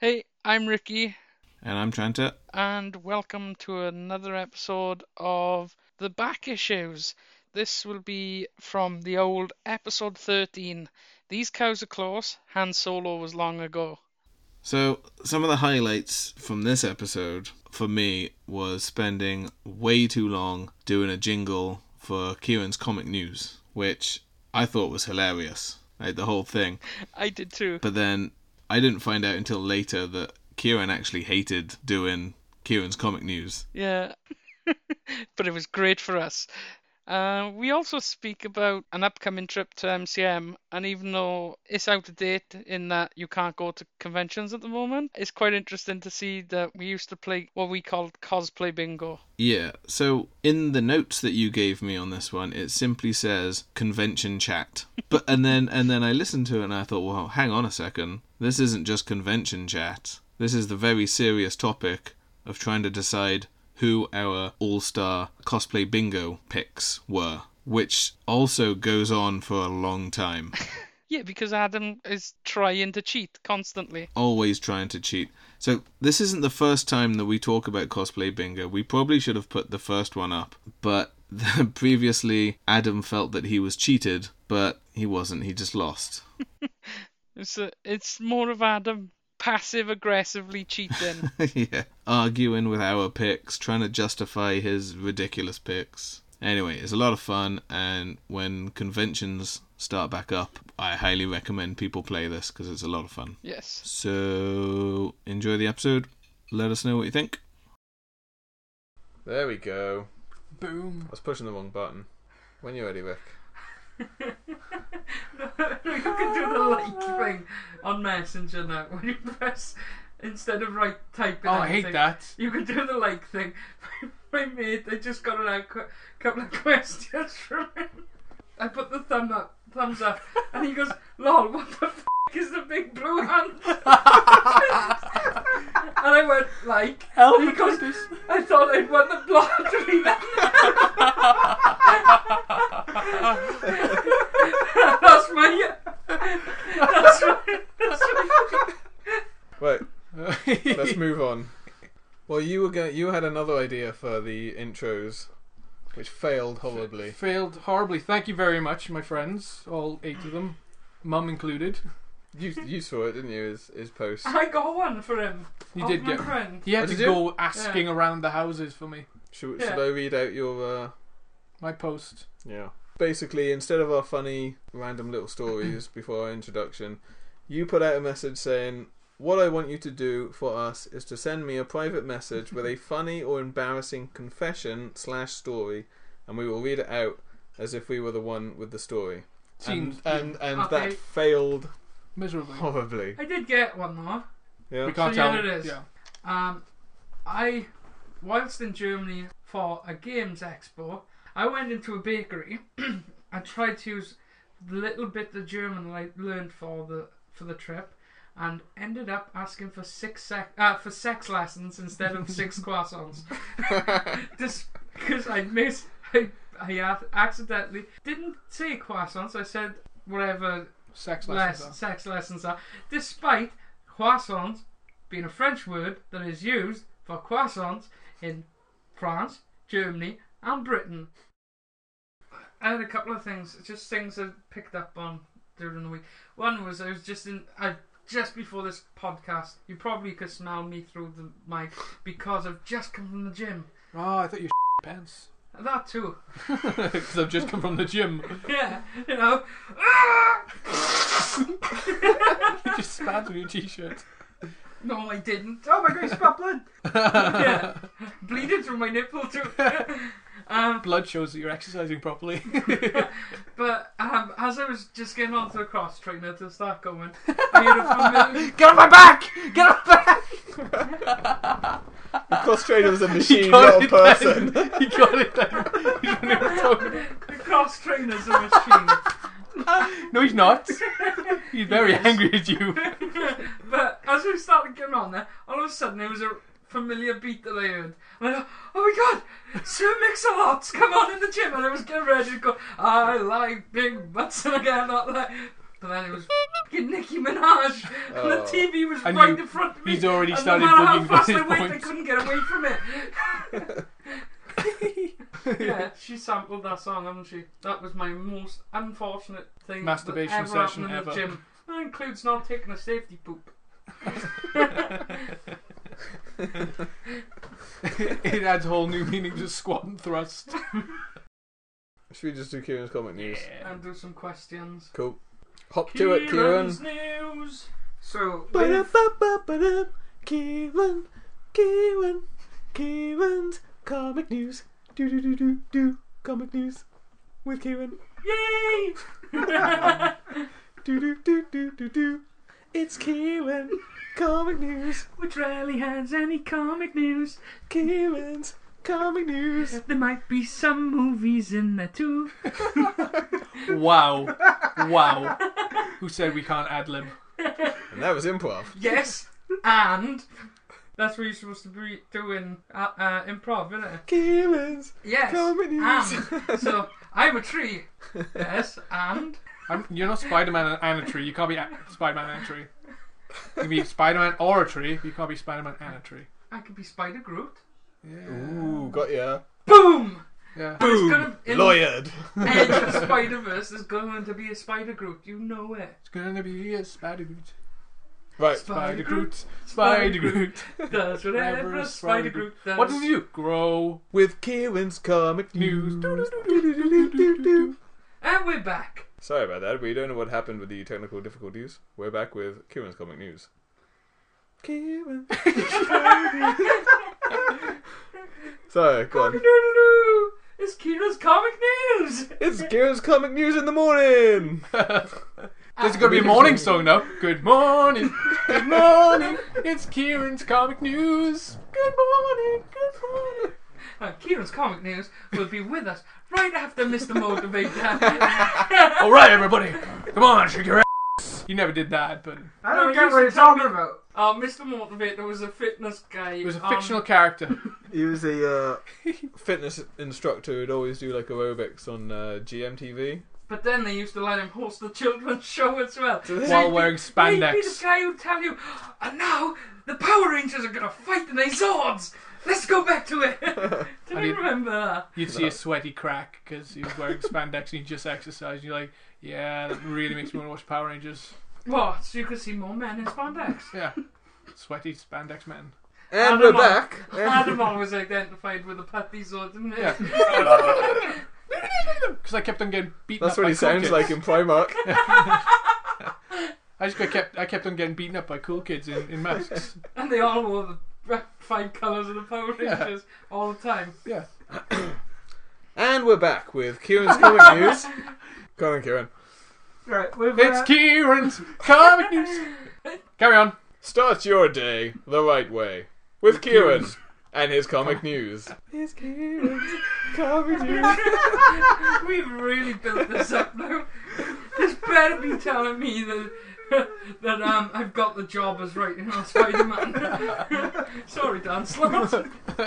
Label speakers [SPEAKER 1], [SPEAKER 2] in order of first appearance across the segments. [SPEAKER 1] Hey, I'm Ricky,
[SPEAKER 2] And I'm Trenta.
[SPEAKER 1] and welcome to another episode of The Back Issues. This will be from the old episode 13. These cows are close, Han Solo was long ago.
[SPEAKER 2] So, some of the highlights from this episode for me was spending way too long doing a jingle for Kieran's Comic News, which I thought was hilarious. Like the whole thing.
[SPEAKER 1] I did too.
[SPEAKER 2] But then I didn't find out until later that Kieran actually hated doing Kieran's Comic News.
[SPEAKER 1] Yeah. but it was great for us. Uh, we also speak about an upcoming trip to MCM, and even though it's out of date in that you can't go to conventions at the moment, it's quite interesting to see that we used to play what we called cosplay bingo.
[SPEAKER 2] Yeah, so in the notes that you gave me on this one, it simply says convention chat. But and then and then I listened to it and I thought, well, hang on a second. This isn't just convention chat. This is the very serious topic of trying to decide who our all-star cosplay bingo picks were, which also goes on for a long time.
[SPEAKER 1] Yeah, because Adam is trying to cheat constantly.
[SPEAKER 2] always trying to cheat. So this isn't the first time that we talk about cosplay bingo. We probably should have put the first one up, but previously Adam felt that he was cheated, but he wasn't. He just lost.
[SPEAKER 1] It's a, it's more of Adam passive aggressively cheating.
[SPEAKER 2] yeah, arguing with our picks, trying to justify his ridiculous picks. Anyway, it's a lot of fun, and when conventions start back up, I highly recommend people play this because it's a lot of fun.
[SPEAKER 1] yes.
[SPEAKER 2] So enjoy the episode. Let us know what you think. There we go.
[SPEAKER 3] Boom.
[SPEAKER 2] I was pushing the wrong button. When you're ready, Rick.
[SPEAKER 3] no, you can do the like thing on Messenger now. When you press, instead of right typing,
[SPEAKER 4] Oh, I hate
[SPEAKER 3] everything,
[SPEAKER 4] that.
[SPEAKER 3] You can do the like thing. My mate, I just got a qu- couple of questions from him. I put the thumb up, thumbs up, and he goes, "Lol, what the f- is the big blue hand?" and I went like,
[SPEAKER 4] Help
[SPEAKER 3] and he goes, "I thought I'd won the lottery." that's my. That's my. That's my.
[SPEAKER 5] Right, let's move on. Well, you were going you had another idea for the intros, which failed horribly.
[SPEAKER 4] Failed horribly. Thank you very much, my friends, all eight of them, mum included.
[SPEAKER 5] You you saw it, didn't you? His his post.
[SPEAKER 3] I got one for him.
[SPEAKER 4] You
[SPEAKER 3] of
[SPEAKER 4] did
[SPEAKER 3] my
[SPEAKER 4] get.
[SPEAKER 3] friend.
[SPEAKER 4] He had
[SPEAKER 5] Oh,
[SPEAKER 4] to
[SPEAKER 5] did you?
[SPEAKER 4] go asking around the houses for me.
[SPEAKER 5] Should,
[SPEAKER 3] Yeah.
[SPEAKER 5] should I read out your? Uh,
[SPEAKER 4] My post.
[SPEAKER 5] yeah. Basically, instead of our funny random little stories before our introduction, you put out a message saying. What I want you to do for us is to send me a private message with a funny or embarrassing confession slash story, and we will read it out as if we were the one with the story.
[SPEAKER 4] Seemed um,
[SPEAKER 5] and and, and
[SPEAKER 3] Okay.
[SPEAKER 5] that failed
[SPEAKER 4] miserably.
[SPEAKER 5] horribly.
[SPEAKER 3] I did get one though.
[SPEAKER 5] Yeah.
[SPEAKER 4] We can't
[SPEAKER 3] So, yeah,
[SPEAKER 4] tell.
[SPEAKER 3] it is.
[SPEAKER 4] Yeah.
[SPEAKER 3] Um, I, whilst in Germany for a games expo, I went into a bakery and tried to use the little bit of German I learned for the for the trip, and ended up asking for six sec- uh, for sex lessons instead of six croissants, just because I missed. I, I ac- accidentally didn't say croissants. I said whatever
[SPEAKER 4] Sex
[SPEAKER 3] less
[SPEAKER 4] lessons.
[SPEAKER 3] sex lessons are, despite croissants being a French word that is used for croissants in France, Germany, and Britain. I had a couple of things, just things I picked up on during the week. One was I was just in, I just before this podcast, you probably could smell me through the mic because I've just come from the gym.
[SPEAKER 4] Oh, I thought you pants.
[SPEAKER 3] That too,
[SPEAKER 4] Because I've just come from the gym.
[SPEAKER 3] yeah, you know.
[SPEAKER 4] you just spat on your t-shirt.
[SPEAKER 3] No, I didn't. Oh my god, I spat blood. yeah, bleeding through my nipple too. um,
[SPEAKER 4] Blood shows that you're exercising properly.
[SPEAKER 3] but um, as I was just getting onto the cross trainer to start going, I had a familiar.
[SPEAKER 4] Get off my back! Get off my back!
[SPEAKER 5] Cross-trainer was a machine, not
[SPEAKER 4] got
[SPEAKER 5] a
[SPEAKER 4] it then.
[SPEAKER 5] person.
[SPEAKER 4] You got it then. You don't know what I'm talking about.
[SPEAKER 3] The cross trainer's a machine.
[SPEAKER 4] No, he's not. He's very angry at you.
[SPEAKER 3] but as we started getting on there, all of a sudden there was a familiar beat that I heard. And I thought, oh my god, Sir Mix-a-Lot's come on in the gym. And I was getting ready to go, I like big butts. And I got like, but then it was fucking Nicki Minaj, and the
[SPEAKER 2] Oh.
[SPEAKER 3] TV was
[SPEAKER 4] I
[SPEAKER 3] right
[SPEAKER 4] knew-
[SPEAKER 3] in front of me.
[SPEAKER 4] he's already
[SPEAKER 3] and
[SPEAKER 4] started
[SPEAKER 3] no matter how
[SPEAKER 4] booking
[SPEAKER 3] fast I
[SPEAKER 4] bonus
[SPEAKER 3] went, I
[SPEAKER 4] points.
[SPEAKER 3] couldn't get away from it. yeah, she sampled that song, haven't she? That was my most unfortunate thing
[SPEAKER 4] Masturbation
[SPEAKER 3] that ever
[SPEAKER 4] session
[SPEAKER 3] happened in the
[SPEAKER 4] ever.
[SPEAKER 3] gym. That includes not taking a safety poop.
[SPEAKER 4] it adds whole new meaning to squat and thrust.
[SPEAKER 2] Should we just do Kieran's comic news?
[SPEAKER 3] And do some questions.
[SPEAKER 2] Cool. Hop to it, Kieran.
[SPEAKER 4] news.
[SPEAKER 3] So, with-
[SPEAKER 2] Ba-da-ba-ba-ba-dum. Kieran, Kieran, Kieran's comic news. Do do do do do comic news with Kieran.
[SPEAKER 3] yay!
[SPEAKER 2] Do do do do do do. It's Kieran. Comic news.
[SPEAKER 3] Which rarely has any comic news.
[SPEAKER 2] Kieran's comic news.
[SPEAKER 3] There might be some movies in there too.
[SPEAKER 4] Wow. Wow. Who said we can't ad lib?
[SPEAKER 2] And that was improv.
[SPEAKER 3] Yes, and that's what you're supposed to be doing uh, uh, improv, isn't it?
[SPEAKER 2] Kieran's
[SPEAKER 3] Yes, Ah.
[SPEAKER 2] comic news.
[SPEAKER 3] and so I'm a tree. Yes, and
[SPEAKER 4] I'm, you're not Spider Man and a tree. You can't be a- Spider Man and a tree. You can be Spider Man or a tree. but You can't be Spider Man and a tree.
[SPEAKER 3] I could be Spider Groot.
[SPEAKER 2] Ooh, got ya.
[SPEAKER 3] Boom!
[SPEAKER 4] Yeah.
[SPEAKER 3] It's gonna, in
[SPEAKER 2] Lawyered.
[SPEAKER 3] Edge of Spider Verse, there's going to be a Spider Groot. You know it.
[SPEAKER 4] It's gonna be a Spider Groot.
[SPEAKER 2] Right.
[SPEAKER 4] Spider Groot. Spider Groot.
[SPEAKER 3] Does whatever a Spider Groot does.
[SPEAKER 4] What does he do? Grow
[SPEAKER 2] With Kieran's comic
[SPEAKER 4] news.
[SPEAKER 2] news.
[SPEAKER 3] And we're back.
[SPEAKER 2] Sorry about that. We don't know what happened with the technical difficulties. We're back with Kieran's comic news. Kieran. Sorry, go on.
[SPEAKER 3] Doo-doo-doo. It's Kira's comic news.
[SPEAKER 2] It's Kieran's comic news in the morning.
[SPEAKER 3] Ah,
[SPEAKER 4] There's gonna be a morning song now. Good morning, good morning. It's Kieran's comic news. Good morning, good morning.
[SPEAKER 3] Uh, Kieran's comic news will be with us right after Mr. Motivator.
[SPEAKER 4] All right, everybody, come on, shake your ass. You never did that, but
[SPEAKER 6] I
[SPEAKER 3] No,
[SPEAKER 6] don't
[SPEAKER 3] you
[SPEAKER 6] get what
[SPEAKER 3] should
[SPEAKER 6] you're
[SPEAKER 3] tell
[SPEAKER 6] talking
[SPEAKER 3] me-
[SPEAKER 6] about.
[SPEAKER 3] Oh, Mr. Motivator was a fitness guy.
[SPEAKER 4] it was a
[SPEAKER 3] um,
[SPEAKER 4] fictional character.
[SPEAKER 2] He was a uh, fitness instructor who'd always do like aerobics on uh, GMTV.
[SPEAKER 3] But then they used to let him host the children's show as well.
[SPEAKER 4] While wearing
[SPEAKER 3] He'd be the
[SPEAKER 4] spandex.
[SPEAKER 3] guy who'd tell you, and now the Power Rangers are going to fight in their Zords. Let's go back to it. Did
[SPEAKER 4] I
[SPEAKER 3] you
[SPEAKER 4] did-
[SPEAKER 3] remember that?
[SPEAKER 4] You'd see a sweaty crack because he was wearing spandex and he just exercised. You're like, yeah, that really makes me want to watch Power Rangers.
[SPEAKER 3] What? So you could see more men in spandex.
[SPEAKER 4] Yeah, sweaty spandex men.
[SPEAKER 2] And
[SPEAKER 3] Adam
[SPEAKER 2] we're
[SPEAKER 3] on-
[SPEAKER 2] back.
[SPEAKER 3] Adamon was identified with a pathy sword, didn't he?
[SPEAKER 4] Yeah, because I kept on getting beaten.
[SPEAKER 2] That's
[SPEAKER 4] up
[SPEAKER 2] what
[SPEAKER 4] by
[SPEAKER 2] he sounds
[SPEAKER 4] cool
[SPEAKER 2] like
[SPEAKER 4] kids.
[SPEAKER 2] in Primark.
[SPEAKER 4] I just got kept. I kept on getting beaten up by cool kids in, in masks.
[SPEAKER 3] And they all wore the br- five colours of the Power
[SPEAKER 4] Yeah.
[SPEAKER 3] Rangers all the time.
[SPEAKER 4] Yeah.
[SPEAKER 2] and we're back with Kieran's comic news. Go on, Kieran.
[SPEAKER 6] Right, we've,
[SPEAKER 4] It's
[SPEAKER 6] uh,
[SPEAKER 4] Kieran's comic news. Carry on.
[SPEAKER 2] Start your day the right way with Kieran and his comic news.
[SPEAKER 6] it's Kieran's comic news.
[SPEAKER 3] We've really built this up now. This better be telling me that that um I've got the job as writing on Spider Man. Sorry, Dan Slott.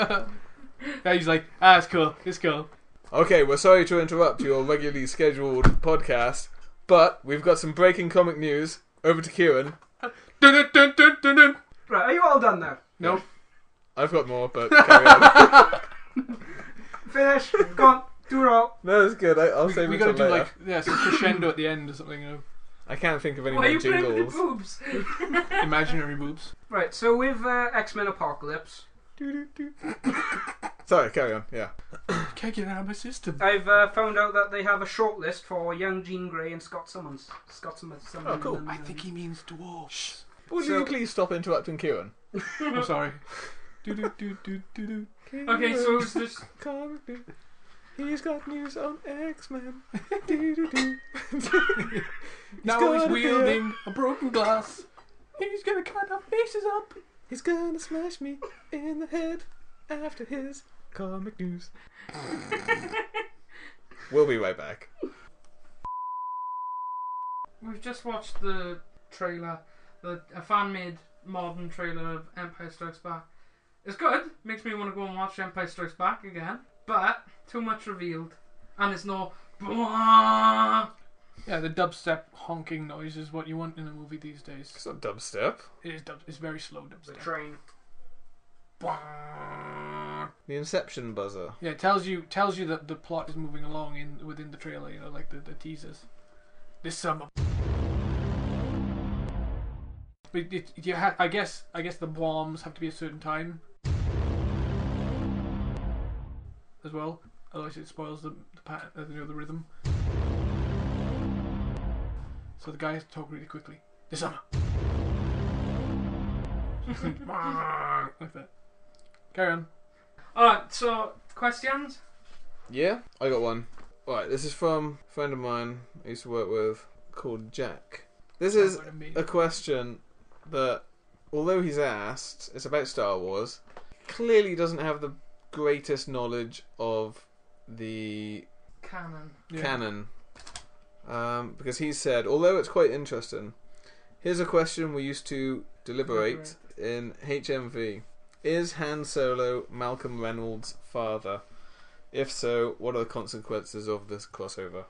[SPEAKER 4] Now he's like, ah, it's cool, it's cool.
[SPEAKER 2] Okay, we're sorry to interrupt your regularly scheduled podcast, but we've got some breaking comic news. Over to Kieran.
[SPEAKER 4] Dun, dun, dun, dun, dun, dun.
[SPEAKER 6] Right, are you all done now?
[SPEAKER 4] Nope.
[SPEAKER 2] I've got more, but carry on.
[SPEAKER 6] Finish, gone, do it all.
[SPEAKER 2] no, that's good. I, I'll
[SPEAKER 4] We,
[SPEAKER 2] save
[SPEAKER 4] we
[SPEAKER 2] it
[SPEAKER 4] gotta
[SPEAKER 2] till
[SPEAKER 4] do
[SPEAKER 2] later.
[SPEAKER 4] like yeah, some crescendo at the end or something. You know,
[SPEAKER 2] I can't think of any
[SPEAKER 3] Why are you
[SPEAKER 2] more
[SPEAKER 3] playing with
[SPEAKER 2] jingles.
[SPEAKER 3] the boobs?
[SPEAKER 4] imaginary boobs.
[SPEAKER 6] Right, so we've uh, X Men Apocalypse.
[SPEAKER 2] Sorry, carry on. Yeah.
[SPEAKER 4] Can't get it out of my system.
[SPEAKER 6] I've uh, found out that they have a shortlist for young Jean Grey and Scott Summers. Scott Summers. Summers
[SPEAKER 2] Oh, cool.
[SPEAKER 6] and,
[SPEAKER 4] I
[SPEAKER 6] um,
[SPEAKER 4] think he means dwarfs.
[SPEAKER 2] Would
[SPEAKER 6] So-
[SPEAKER 2] you please stop interrupting Kieran?
[SPEAKER 4] I'm sorry. Do do do do do do.
[SPEAKER 3] Okay, so it was this.
[SPEAKER 2] Comic news. He's got news on X Men.
[SPEAKER 4] Now he's
[SPEAKER 2] gotta be a-
[SPEAKER 4] wielding a broken glass. He's gonna cut our faces up.
[SPEAKER 2] He's gonna smash me in the head after his comic news. we'll be right back.
[SPEAKER 3] We've just watched the trailer, the a fan made modern trailer of Empire Strikes Back. It's good. Makes me want to go and watch Empire Strikes Back again. But too much revealed, and it's no.
[SPEAKER 4] Yeah, the dubstep honking noise is what you want in a movie these days.
[SPEAKER 2] It's not dubstep.
[SPEAKER 4] It is dub- it's very slow
[SPEAKER 6] The
[SPEAKER 4] dubstep.
[SPEAKER 6] train.
[SPEAKER 2] The Inception buzzer.
[SPEAKER 4] Yeah, it tells you tells you that the plot is moving along in within the trailer, you know, like the, the teasers. This summer. But it, you ha- I guess I guess the bombs have to be a certain time as well. Otherwise, it spoils the the, pat- uh, you know, the rhythm. So the guy has to talk really quickly. This summer. like that. Carry on.
[SPEAKER 3] Alright, so questions?
[SPEAKER 2] Yeah, I got one. Right, this is from a friend of mine I used to work with called Jack. This is
[SPEAKER 4] What made-
[SPEAKER 2] a question that, although he's asked, it's about Star Wars, clearly doesn't have the greatest knowledge of the
[SPEAKER 3] Canon.
[SPEAKER 4] Yeah.
[SPEAKER 2] canon. Um, because he said, although it's quite interesting, here's a question we used to deliberate in HMV Is Han Solo Malcolm Reynolds' father? If so, what are the consequences of this crossover?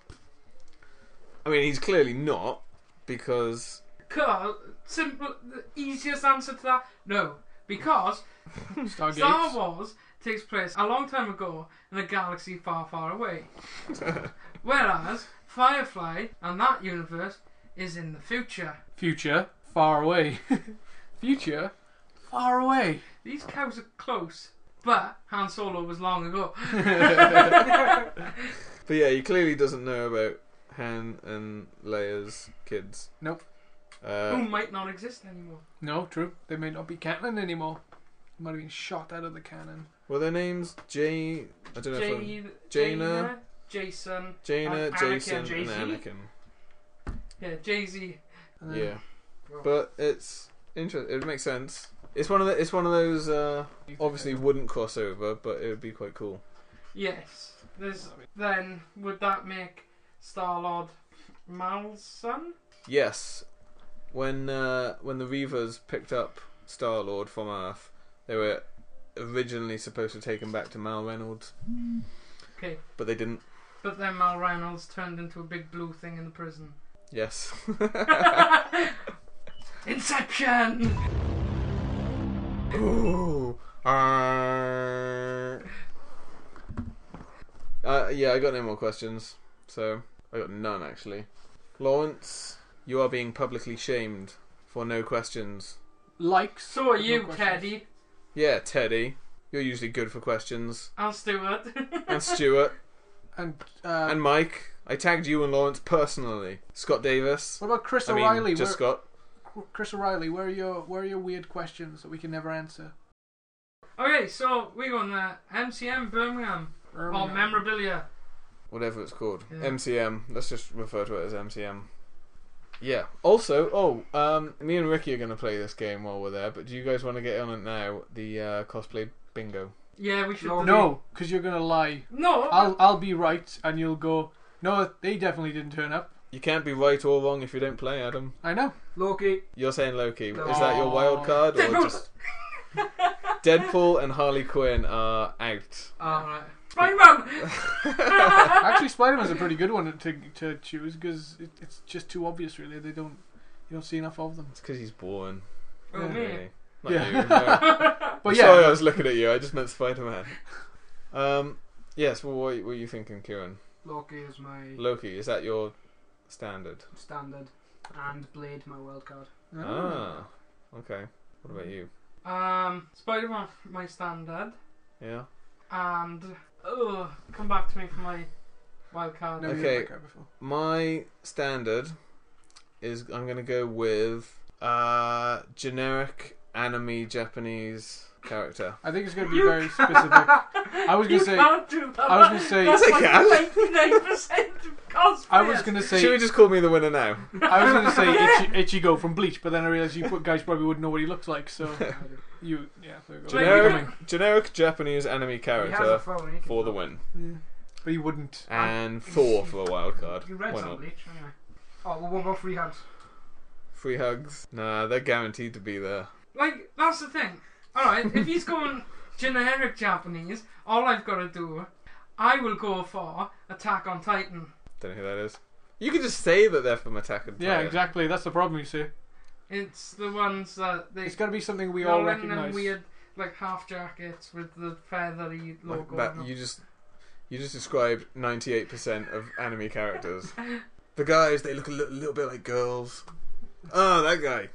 [SPEAKER 2] I mean, he's clearly not, because.
[SPEAKER 3] Because, simple, the easiest answer to that, no. Because
[SPEAKER 4] Stargate.
[SPEAKER 3] Star Wars takes place a long time ago in a galaxy far, far away. Whereas Firefly and that universe is in the future.
[SPEAKER 4] Future, far away. Future, far away.
[SPEAKER 3] These cows are close, but Han Solo was long ago.
[SPEAKER 2] But yeah, he clearly doesn't know about Han and Leia's kids.
[SPEAKER 4] Nope.
[SPEAKER 2] Uh,
[SPEAKER 3] Who might not exist anymore.
[SPEAKER 4] No, true. They may not be canon anymore. They might have been shot out of the cannon.
[SPEAKER 2] were their names Jay? I don't know. if I'm-
[SPEAKER 3] Jay,
[SPEAKER 2] Jaina.
[SPEAKER 3] Jason,
[SPEAKER 2] Jana,
[SPEAKER 3] Anakin,
[SPEAKER 2] Jason, and
[SPEAKER 3] Jay-Z?
[SPEAKER 2] Anakin.
[SPEAKER 3] yeah, Jay Z.
[SPEAKER 4] And then-
[SPEAKER 2] Yeah, but it's interesting. It makes sense. It's one of the, it's one of those uh, obviously wouldn't cross over, but it would be quite cool.
[SPEAKER 3] Yes. There's, then would that make Star Lord Mal's son?
[SPEAKER 2] Yes, when uh, when the Reavers picked up Star Lord from Earth, they were originally supposed to take him back to Mal Reynolds,
[SPEAKER 3] Okay,
[SPEAKER 2] but they didn't.
[SPEAKER 3] but then Mal Reynolds turned into a big blue thing in the prison.
[SPEAKER 2] Yes,
[SPEAKER 3] Inception.
[SPEAKER 2] Ooh. Uh, uh, yeah, I got no more questions. So, I got none actually. Lawrence, you are being publicly shamed for no questions.
[SPEAKER 4] Likes.
[SPEAKER 3] So are
[SPEAKER 4] but no
[SPEAKER 3] you,
[SPEAKER 4] questions.
[SPEAKER 3] Teddy
[SPEAKER 2] Yeah, Teddy, you're usually good for questions.
[SPEAKER 3] and Stuart.
[SPEAKER 2] And Stuart,
[SPEAKER 4] And, uh,
[SPEAKER 2] and Mike. I tagged you and Lawrence personally. Scott Davis.
[SPEAKER 4] what about Chris
[SPEAKER 2] I mean,
[SPEAKER 4] O'Reilly?
[SPEAKER 2] just
[SPEAKER 4] where,
[SPEAKER 2] Scott.
[SPEAKER 4] Chris O'Reilly, where are your where are your weird questions that we can never answer?
[SPEAKER 3] okay, so we're going to MCM Birmingham
[SPEAKER 4] Where are
[SPEAKER 3] or
[SPEAKER 4] we at?
[SPEAKER 3] memorabilia.
[SPEAKER 2] whatever it's called.
[SPEAKER 3] Yeah.
[SPEAKER 2] MCM. Let's just refer to it as MCM. Yeah. Also, oh, um, me and Ricky are going to play this game while we're there. But do you guys want to get on it now? The uh, cosplay bingo.
[SPEAKER 3] Yeah, we should.
[SPEAKER 6] No.
[SPEAKER 3] do-
[SPEAKER 4] No, because you're gonna lie.
[SPEAKER 3] No.
[SPEAKER 4] I'll I'll be right, and you'll go. No, they definitely didn't turn up.
[SPEAKER 2] You can't be right or wrong if you don't play, Adam.
[SPEAKER 4] I know.
[SPEAKER 6] Loki.
[SPEAKER 2] You're saying Loki. Is that your wild card or
[SPEAKER 3] Deadpool.
[SPEAKER 2] just Deadpool and Harley Quinn are out?
[SPEAKER 3] Alright. Spider-Man!
[SPEAKER 4] Actually, Spider Man's a pretty good one to to choose because it, it's just too obvious. Really, they don't you don't see enough of them.
[SPEAKER 2] It's because he's born.
[SPEAKER 3] Oh, me.
[SPEAKER 2] Really. Not
[SPEAKER 4] Yeah.
[SPEAKER 2] you, no.
[SPEAKER 4] But yeah,
[SPEAKER 2] Sorry, I was looking at you. I just meant Spider Man. Um, yes. Well, what were you thinking, Kieran?
[SPEAKER 6] Loki is my
[SPEAKER 2] Loki. Is that your standard?
[SPEAKER 6] standard. And Blade, my wild card.
[SPEAKER 2] Ah, okay. What about you?
[SPEAKER 3] Um, Spider-Man, my standard.
[SPEAKER 2] Yeah.
[SPEAKER 3] And, oh, come back to me for my wild card.
[SPEAKER 4] Never
[SPEAKER 2] Okay.
[SPEAKER 4] okay. that guy before.
[SPEAKER 2] My standard is I'm gonna go with uh generic anime Japanese character.
[SPEAKER 4] I think it's going to be very specific. I was going
[SPEAKER 3] You
[SPEAKER 4] to say.
[SPEAKER 3] can't do that.
[SPEAKER 4] I was gonna say-
[SPEAKER 3] That's
[SPEAKER 2] Yes, I
[SPEAKER 3] like
[SPEAKER 2] can.
[SPEAKER 3] 99% of cosplay.
[SPEAKER 4] I was going to say.
[SPEAKER 2] Should we just call me the winner now?
[SPEAKER 4] I was going to say Ichi, Ichigo from Bleach, but then I realized you put guys probably wouldn't know what he looks like. So you, yeah, there we go.
[SPEAKER 2] generic generic Japanese anime
[SPEAKER 6] He has a
[SPEAKER 2] character
[SPEAKER 6] phone. He can
[SPEAKER 2] for the win.
[SPEAKER 4] Yeah. But he wouldn't.
[SPEAKER 2] And Thor for a wild card.
[SPEAKER 6] You read
[SPEAKER 2] Why
[SPEAKER 6] some
[SPEAKER 2] not?
[SPEAKER 6] Bleach, anyway. Oh, well, what about free hugs?
[SPEAKER 2] Free hugs. Nah, they're guaranteed to be there.
[SPEAKER 3] Like, that's the thing. Alright, if he's going generic Japanese, all I've got to do, I will go for Attack on Titan.
[SPEAKER 2] Don't know who that is. You could just say that they're from Attack and Titan.
[SPEAKER 4] Yeah, exactly. That's the problem, you see.
[SPEAKER 3] It's the ones that they
[SPEAKER 4] It's got to be something we
[SPEAKER 3] they're
[SPEAKER 4] all
[SPEAKER 3] in
[SPEAKER 4] recognize.
[SPEAKER 3] them weird like half jackets with the feathery
[SPEAKER 2] Like
[SPEAKER 3] logo.
[SPEAKER 2] that,
[SPEAKER 3] on
[SPEAKER 2] you just you just described ninety eight percent of anime characters. the guys they look a little, little bit like girls. Oh, that guy.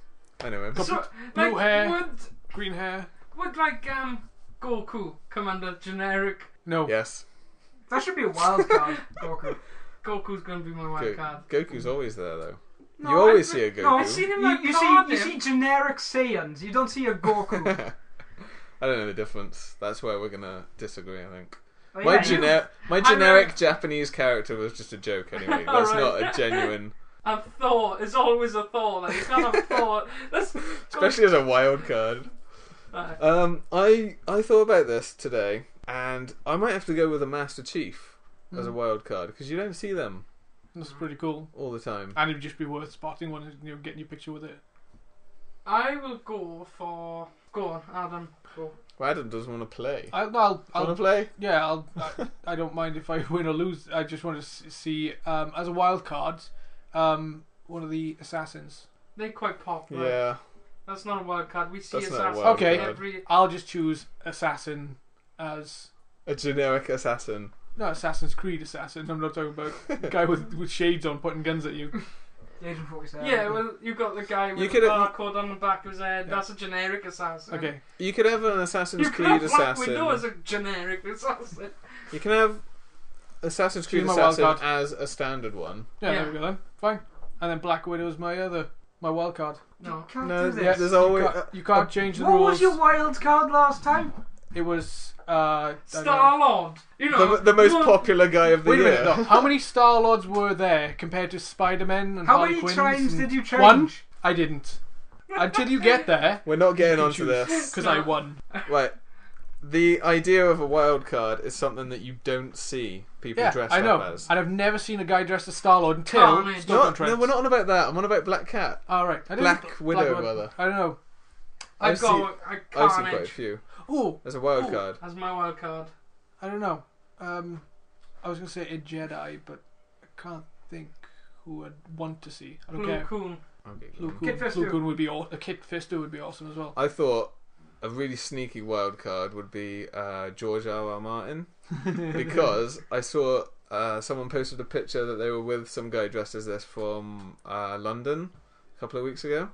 [SPEAKER 2] I know him.
[SPEAKER 3] them. so,
[SPEAKER 4] blue
[SPEAKER 3] like,
[SPEAKER 4] hair.
[SPEAKER 3] Would
[SPEAKER 4] Green hair.
[SPEAKER 3] would like um Goku come under generic?
[SPEAKER 4] No.
[SPEAKER 2] Yes,
[SPEAKER 6] That should be a wild card, Goku.
[SPEAKER 3] Goku's gonna be Oh my wild
[SPEAKER 2] Go-
[SPEAKER 3] card.
[SPEAKER 2] Goku's always there though.
[SPEAKER 6] No,
[SPEAKER 2] you always
[SPEAKER 6] I-
[SPEAKER 2] see a Goku.
[SPEAKER 6] no,
[SPEAKER 3] I've seen him
[SPEAKER 6] You,
[SPEAKER 3] like
[SPEAKER 6] you see, you
[SPEAKER 3] Cardiff.
[SPEAKER 6] see generic Saiyans. You don't see a Goku.
[SPEAKER 2] I don't know the difference. That's where we're gonna disagree. I think
[SPEAKER 6] Oh,
[SPEAKER 2] my
[SPEAKER 6] yeah, you-
[SPEAKER 2] gener- my
[SPEAKER 3] know-
[SPEAKER 2] generic Japanese character was just a joke anyway. That's not a genuine,
[SPEAKER 3] A Thor is always a Thor. Like you can't have Thor. That's
[SPEAKER 2] especially as a wild card.
[SPEAKER 3] Alright.
[SPEAKER 2] Um, I I thought about this today, and I might have to go with a Master Chief as a
[SPEAKER 3] Hmm.
[SPEAKER 2] wild card because you don't see them
[SPEAKER 4] That's pretty cool.
[SPEAKER 2] all the time.
[SPEAKER 4] And it'd just be worth spotting one and you know, getting your picture with it.
[SPEAKER 3] I will go for. Go on, Adam. Go.
[SPEAKER 2] Well, Adam doesn't want to play.
[SPEAKER 4] I, I'll,
[SPEAKER 2] Want to
[SPEAKER 4] I'll,
[SPEAKER 2] play?
[SPEAKER 4] yeah, I'll, I, I don't mind if I win or lose. I just want to s- see, um, as a wild card, um, one of the assassins.
[SPEAKER 3] They're quite
[SPEAKER 4] oh,
[SPEAKER 3] popular.
[SPEAKER 2] Yeah.
[SPEAKER 3] That's not a wild card. We see
[SPEAKER 2] That's not a
[SPEAKER 3] Assassin
[SPEAKER 2] wild
[SPEAKER 4] Okay.
[SPEAKER 3] in
[SPEAKER 4] card.
[SPEAKER 3] every.
[SPEAKER 4] I'll just choose assassin as
[SPEAKER 2] A generic assassin.
[SPEAKER 4] no Assassin's Creed assassin. I'm not talking about guy with with shades on pointing guns at you.
[SPEAKER 6] Agent 47.
[SPEAKER 3] Yeah, well, you got the guy with
[SPEAKER 2] You
[SPEAKER 3] the
[SPEAKER 2] could-
[SPEAKER 3] barcode on the back of his head. That's a generic assassin.
[SPEAKER 4] Okay,
[SPEAKER 2] You could have an Assassin's
[SPEAKER 3] You could
[SPEAKER 2] Creed
[SPEAKER 3] have Black
[SPEAKER 2] assassin.
[SPEAKER 3] Widow as a generic assassin.
[SPEAKER 2] You can have Assassin's Creed
[SPEAKER 4] my wild
[SPEAKER 2] assassin
[SPEAKER 4] card.
[SPEAKER 2] as a standard one.
[SPEAKER 4] yeah,
[SPEAKER 3] Yeah.
[SPEAKER 4] there we go then. Fine. And then Black Widow's my other my wild card.
[SPEAKER 3] No.
[SPEAKER 6] Can't
[SPEAKER 2] No,
[SPEAKER 6] do this.
[SPEAKER 2] there's always. uh,
[SPEAKER 4] You can't, you can't change the
[SPEAKER 6] What
[SPEAKER 4] rules.
[SPEAKER 6] was your wild card last time?
[SPEAKER 4] It was uh, I don't know.
[SPEAKER 3] Star Lord. You know.
[SPEAKER 2] the, the most
[SPEAKER 3] you want-
[SPEAKER 2] popular guy of the
[SPEAKER 4] Wait a
[SPEAKER 2] year.
[SPEAKER 4] minute, though. How many Star Lords were there compared to Spider Man and
[SPEAKER 6] How
[SPEAKER 4] Harley
[SPEAKER 6] many
[SPEAKER 4] Quinns
[SPEAKER 6] times
[SPEAKER 4] and-
[SPEAKER 6] did you change?
[SPEAKER 4] One. I didn't. Until you get there,
[SPEAKER 2] We're not getting
[SPEAKER 4] You
[SPEAKER 2] onto
[SPEAKER 4] choose.
[SPEAKER 2] this.
[SPEAKER 4] because I won.
[SPEAKER 2] Right. The idea of a wild card is something that you don't see people
[SPEAKER 4] Yeah,
[SPEAKER 2] dressed
[SPEAKER 4] I know.
[SPEAKER 2] up as.
[SPEAKER 4] And I've never seen a guy dressed as Star Lord until
[SPEAKER 3] Carnage.
[SPEAKER 4] Snowcone
[SPEAKER 2] No,
[SPEAKER 4] Trent.
[SPEAKER 2] no, we're not on about that. I'm on about Black Cat.
[SPEAKER 4] All right. I didn't-
[SPEAKER 2] Black Widow, rather.
[SPEAKER 4] I don't know.
[SPEAKER 3] I've
[SPEAKER 2] I've seen-
[SPEAKER 3] got a
[SPEAKER 2] I've seen quite a
[SPEAKER 3] Carnage
[SPEAKER 2] few.
[SPEAKER 4] Oh,
[SPEAKER 2] As a wild
[SPEAKER 4] Ooh.
[SPEAKER 2] card.
[SPEAKER 3] as my wild card.
[SPEAKER 4] I don't know. Um, I was gonna say a Jedi, but I can't think who I'd want to see. I don't
[SPEAKER 3] Blue
[SPEAKER 4] care.
[SPEAKER 3] Coon.
[SPEAKER 4] Luke
[SPEAKER 6] Kit Fisto.
[SPEAKER 4] Luke would be all. A Kit Fisto would be awesome as well.
[SPEAKER 2] I thought a really sneaky wild card would be uh, George R. R. Martin because I saw uh, someone posted a picture that they were with some guy dressed as this from uh, London a couple of weeks ago.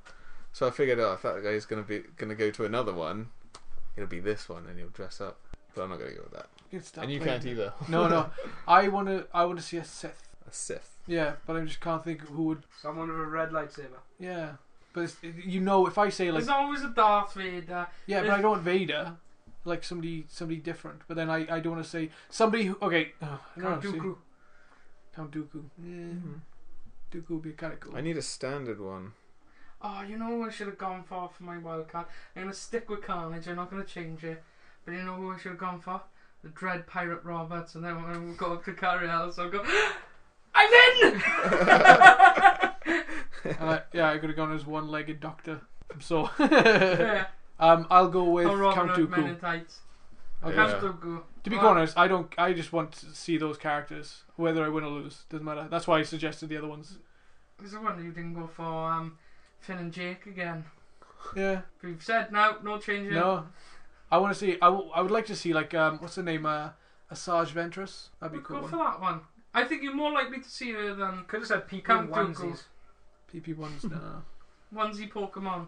[SPEAKER 2] So I figured, oh, if that guy's gonna be gonna go to another one, it'll be this one, and he'll dress up. But I'm not gonna go with that.
[SPEAKER 4] Good stuff.
[SPEAKER 2] and you
[SPEAKER 4] man.
[SPEAKER 2] can't either.
[SPEAKER 4] No, no. I wanna. I wanna see a Sith.
[SPEAKER 2] A Sith.
[SPEAKER 4] Yeah, but I just can't think who would.
[SPEAKER 6] Someone with a red lightsaber.
[SPEAKER 4] Yeah. But it's, you know, if I say like
[SPEAKER 3] There's always a Darth Vader.
[SPEAKER 4] Yeah, but I don't want Vader. Like somebody, somebody different. But then I, I don't want to say somebody who. Okay, oh, I don't
[SPEAKER 3] Count
[SPEAKER 4] know, see?
[SPEAKER 3] Dooku.
[SPEAKER 4] Count Dooku. Yeah. Dooku would be kind of cool.
[SPEAKER 2] I need a standard one.
[SPEAKER 3] Oh, you know who I should have gone for for my wild card? I'm going to stick with Carnage. I'm not going to change it. But you know who I should have gone for? The Dread Pirate Roberts. And then when we go up to Carriel, so I go, I'm in!
[SPEAKER 4] And I, yeah, I could have gone as one-legged doctor. So,
[SPEAKER 3] yeah.
[SPEAKER 4] um, I'll go with
[SPEAKER 3] Or Robin
[SPEAKER 4] Count
[SPEAKER 3] Hood Men in
[SPEAKER 4] Dooku.
[SPEAKER 3] Tights.
[SPEAKER 4] Okay.
[SPEAKER 2] Yeah.
[SPEAKER 3] Count Dooku.
[SPEAKER 4] To be
[SPEAKER 3] Well,
[SPEAKER 4] honest, I don't. I just want to see those characters, whether I win or lose. Doesn't matter. That's why I suggested the other ones.
[SPEAKER 3] It's a wonder you didn't go for um, Finn and Jake again.
[SPEAKER 4] Yeah.
[SPEAKER 3] We've said no, no changing.
[SPEAKER 4] No. I want to see. I, w- I would like to see like um, what's the name? Uh, Asajj Ventress. That'd be a
[SPEAKER 3] We'll go
[SPEAKER 4] cool.
[SPEAKER 3] for
[SPEAKER 4] One.
[SPEAKER 3] that one. I think you're more likely to see her than
[SPEAKER 6] Could have said Pecan
[SPEAKER 3] Count Dooku.
[SPEAKER 6] onesies.
[SPEAKER 4] PP ones. No.
[SPEAKER 3] Onesie Pokemon.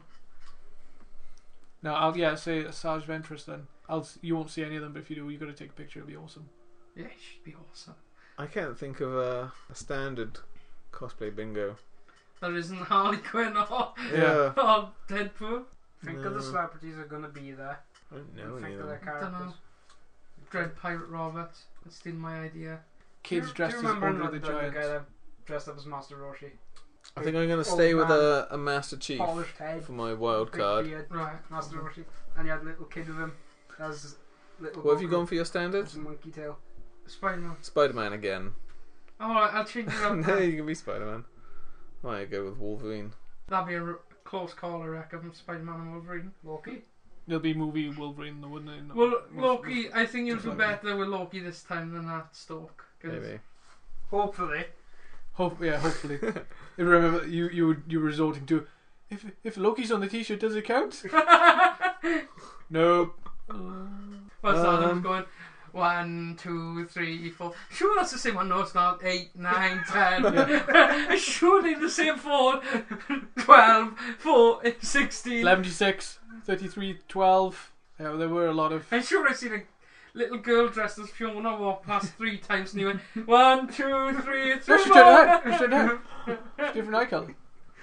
[SPEAKER 4] No, I'll yeah say Asajj Ventress then. I'll s- you won't see any of them, but if you do, you got to take a picture. It'll be awesome.
[SPEAKER 3] Yeah, it should be awesome.
[SPEAKER 2] I can't think of a, a standard cosplay bingo.
[SPEAKER 3] There isn't Harley Quinn or,
[SPEAKER 2] Yeah.
[SPEAKER 3] or Deadpool.
[SPEAKER 6] Think of
[SPEAKER 2] No.
[SPEAKER 6] the celebrities are going to be there.
[SPEAKER 2] I don't
[SPEAKER 6] and
[SPEAKER 2] know any of
[SPEAKER 6] think
[SPEAKER 2] them.
[SPEAKER 6] of their characters.
[SPEAKER 3] Dunno. Dread Pirate Robert. That's still my idea.
[SPEAKER 4] Kids
[SPEAKER 6] do,
[SPEAKER 4] dressed
[SPEAKER 6] do
[SPEAKER 4] as
[SPEAKER 6] you remember in
[SPEAKER 4] Andre the
[SPEAKER 6] London,
[SPEAKER 4] Giant.
[SPEAKER 6] guy that dressed up as Master Roshi.
[SPEAKER 2] I think I'm gonna
[SPEAKER 6] Old
[SPEAKER 2] stay with
[SPEAKER 6] man.
[SPEAKER 2] a, a Master Chief
[SPEAKER 6] Polished head,
[SPEAKER 2] for my wild
[SPEAKER 6] big
[SPEAKER 2] card.
[SPEAKER 6] beard,
[SPEAKER 3] Right.
[SPEAKER 6] Master Roshi, and he had a little kid with him. As little.
[SPEAKER 2] What have you
[SPEAKER 6] Goku.
[SPEAKER 2] gone for your standard?
[SPEAKER 6] That's a monkey tail.
[SPEAKER 3] Spider Man.
[SPEAKER 2] Spider Man again.
[SPEAKER 3] Alright, I'll change it up.
[SPEAKER 2] no, you can be Spider Man. Might go with Wolverine.
[SPEAKER 3] That'd be a r- close call, I reckon. Spider Man and Wolverine.
[SPEAKER 6] Loki.
[SPEAKER 4] There'll be movie Wolverine, though, wouldn't it? No,
[SPEAKER 3] Well,
[SPEAKER 4] most-
[SPEAKER 3] Loki, I think you'll do
[SPEAKER 4] Spider-Man.
[SPEAKER 3] better with Loki this time than that Stork. 'cause
[SPEAKER 2] Maybe.
[SPEAKER 6] Hopefully.
[SPEAKER 4] Hope, yeah, hopefully. You remember, you you were- you were resorting to, if if Loki's on the T-shirt, does it count? no.
[SPEAKER 7] What's that? I
[SPEAKER 2] Um,
[SPEAKER 7] was going one, two, three, four. Sure, that's the same one. No, it's not. Eight, nine, ten. It's Surely the same four. Twelve, four, sixteen.
[SPEAKER 4] 76, 33, 12. Yeah, there were a lot of.
[SPEAKER 7] I'm sure I've seen a little girl dressed as Fiona walk past three times and he went one, two, three,
[SPEAKER 4] No,
[SPEAKER 7] three,
[SPEAKER 4] she
[SPEAKER 7] four.
[SPEAKER 4] turned out. She turned out. Different eye colour.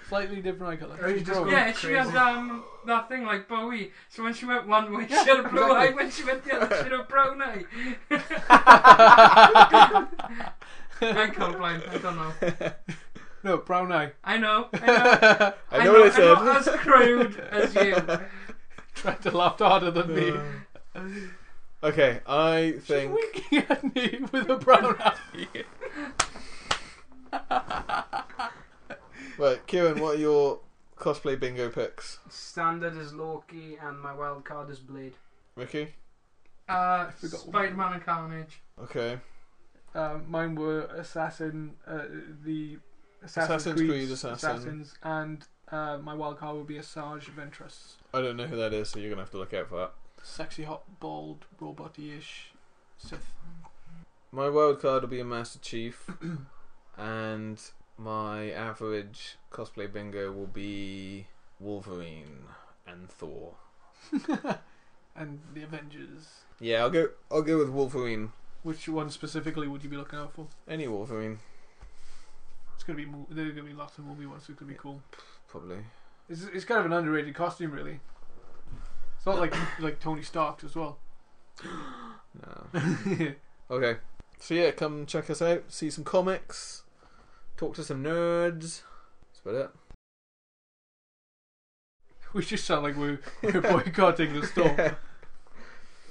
[SPEAKER 4] Slightly different eye colour.
[SPEAKER 6] Oh, you just
[SPEAKER 4] Brown.
[SPEAKER 6] go-
[SPEAKER 7] Yeah, and she had
[SPEAKER 6] Crazy.
[SPEAKER 7] um, that thing like Bowie. So when she went one way, she had a blue
[SPEAKER 4] exactly.
[SPEAKER 7] eye. When she went the other, she had a brown eye. I'm colourblind. I don't know.
[SPEAKER 4] No, brown eye.
[SPEAKER 7] I know. I know.
[SPEAKER 2] I know what I
[SPEAKER 7] I'm not
[SPEAKER 2] said.
[SPEAKER 7] as crude as you.
[SPEAKER 4] Tried to laugh harder than me.
[SPEAKER 2] Okay, I think.
[SPEAKER 4] Winking at me with a brown eye.
[SPEAKER 2] Right, Kieran, what are your cosplay bingo picks?
[SPEAKER 6] Standard is Loki, and my wild card is Blade.
[SPEAKER 2] Ricky?
[SPEAKER 7] Uh,
[SPEAKER 4] forgot one.
[SPEAKER 7] Spider-Man and Carnage.
[SPEAKER 2] Okay.
[SPEAKER 4] Um, mine were Assassin, uh, the Assassin's,
[SPEAKER 2] Assassin's
[SPEAKER 4] Creed,
[SPEAKER 2] Creed Assassin.
[SPEAKER 4] Assassins, and uh, my wild card would be Asajj Ventress.
[SPEAKER 2] I don't know who that is, so you're going to have to look out for that.
[SPEAKER 4] Sexy, hot, bald, roboty ish Sith.
[SPEAKER 2] My wild card will be a Master Chief, and my average cosplay bingo will be Wolverine and Thor.
[SPEAKER 4] and the Avengers.
[SPEAKER 2] Yeah, I'll go. I'll go with Wolverine.
[SPEAKER 4] Which one specifically would you be looking out for?
[SPEAKER 2] Any Wolverine,
[SPEAKER 4] It's gonna be mo- there are gonna be lots of movie ones. So it's gonna be cool.
[SPEAKER 2] probably.
[SPEAKER 4] It's, it's kind of an underrated costume, really. It's not like like Tony Stark's as well.
[SPEAKER 2] No. Okay. So yeah, come check us out. See some comics. Talk to some nerds. That's about it.
[SPEAKER 4] we just sound like we're, we're boycotting the store.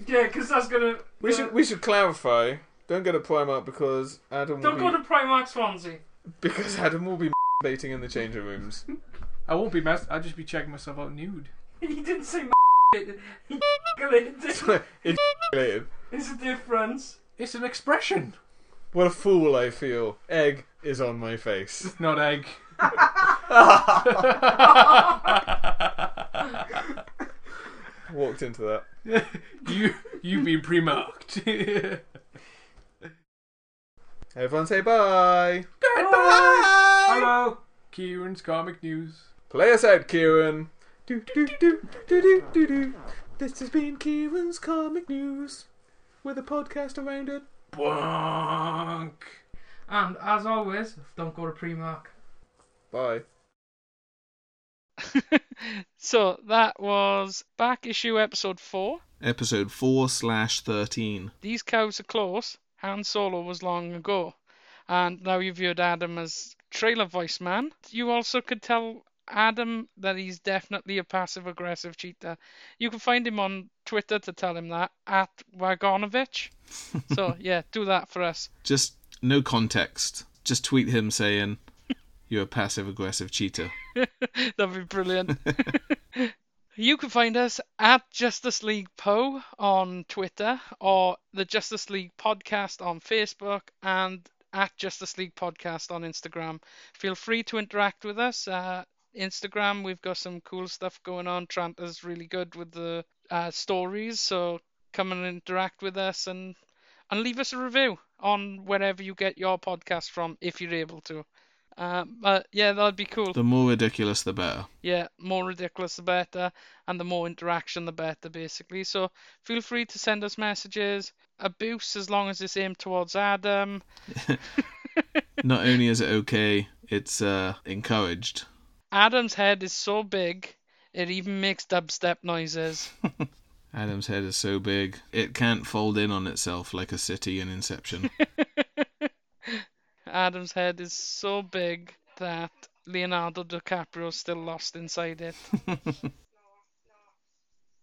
[SPEAKER 7] Yeah, because that's gonna.
[SPEAKER 2] We
[SPEAKER 7] yeah.
[SPEAKER 2] should we should clarify. Don't go to Primark because Adam
[SPEAKER 7] Don't
[SPEAKER 2] will
[SPEAKER 7] go
[SPEAKER 2] be,
[SPEAKER 7] to Primark Swansea.
[SPEAKER 2] because Adam will be baiting in the changing rooms.
[SPEAKER 4] I won't be messed. I'll just be checking myself out nude.
[SPEAKER 7] He didn't say it. He it.
[SPEAKER 2] it's related.
[SPEAKER 7] It's a difference.
[SPEAKER 4] It's an expression,
[SPEAKER 2] What a fool I feel. Egg is on my face.
[SPEAKER 4] not egg.
[SPEAKER 2] Walked into that.
[SPEAKER 4] You you've been pre-marked.
[SPEAKER 2] Everyone say bye.
[SPEAKER 6] Hello.
[SPEAKER 4] Kieran's comic news.
[SPEAKER 2] Play us out, Kieran. Do, do, do, do, do, do, do. This has been Kieran's Comic News with a podcast around it.
[SPEAKER 4] Bonk.
[SPEAKER 7] And as always, don't go to Primark.
[SPEAKER 2] Bye.
[SPEAKER 3] So that was back issue episode four.
[SPEAKER 8] Episode 4 slash 13.
[SPEAKER 3] These cows are close. Han Solo was long ago. And now you've heard Adam as trailer voice man. You also could tell Adam that he's definitely a passive aggressive cheater. You can find him on Twitter to tell him that at Wagonovich. so yeah, do that for us.
[SPEAKER 8] Just no context. Just tweet him saying, You're a passive aggressive cheater.
[SPEAKER 3] That'd be brilliant. you can find us at Justice League Poe on Twitter or the Justice League Podcast on Facebook and at Justice League Podcast on Instagram. Feel free to interact with us. Uh, Instagram, we've got some cool stuff going on. Trant is really good with the uh, stories, so come and interact with us and and leave us a review on wherever you get your podcast from if you're able to. Uh, but yeah, that'd be cool.
[SPEAKER 8] The more ridiculous, the better.
[SPEAKER 3] Yeah, more ridiculous the better, and the more interaction the better, basically. So feel free to send us messages, abuse as long as it's aimed towards Adam,
[SPEAKER 8] Not only is it okay, it's uh, encouraged.
[SPEAKER 3] Adam's head is so big, it even makes dubstep noises.
[SPEAKER 8] Adam's head is so big, it can't fold in on itself like a city in Inception.
[SPEAKER 3] Adam's head is so big that Leonardo DiCaprio's still lost inside it.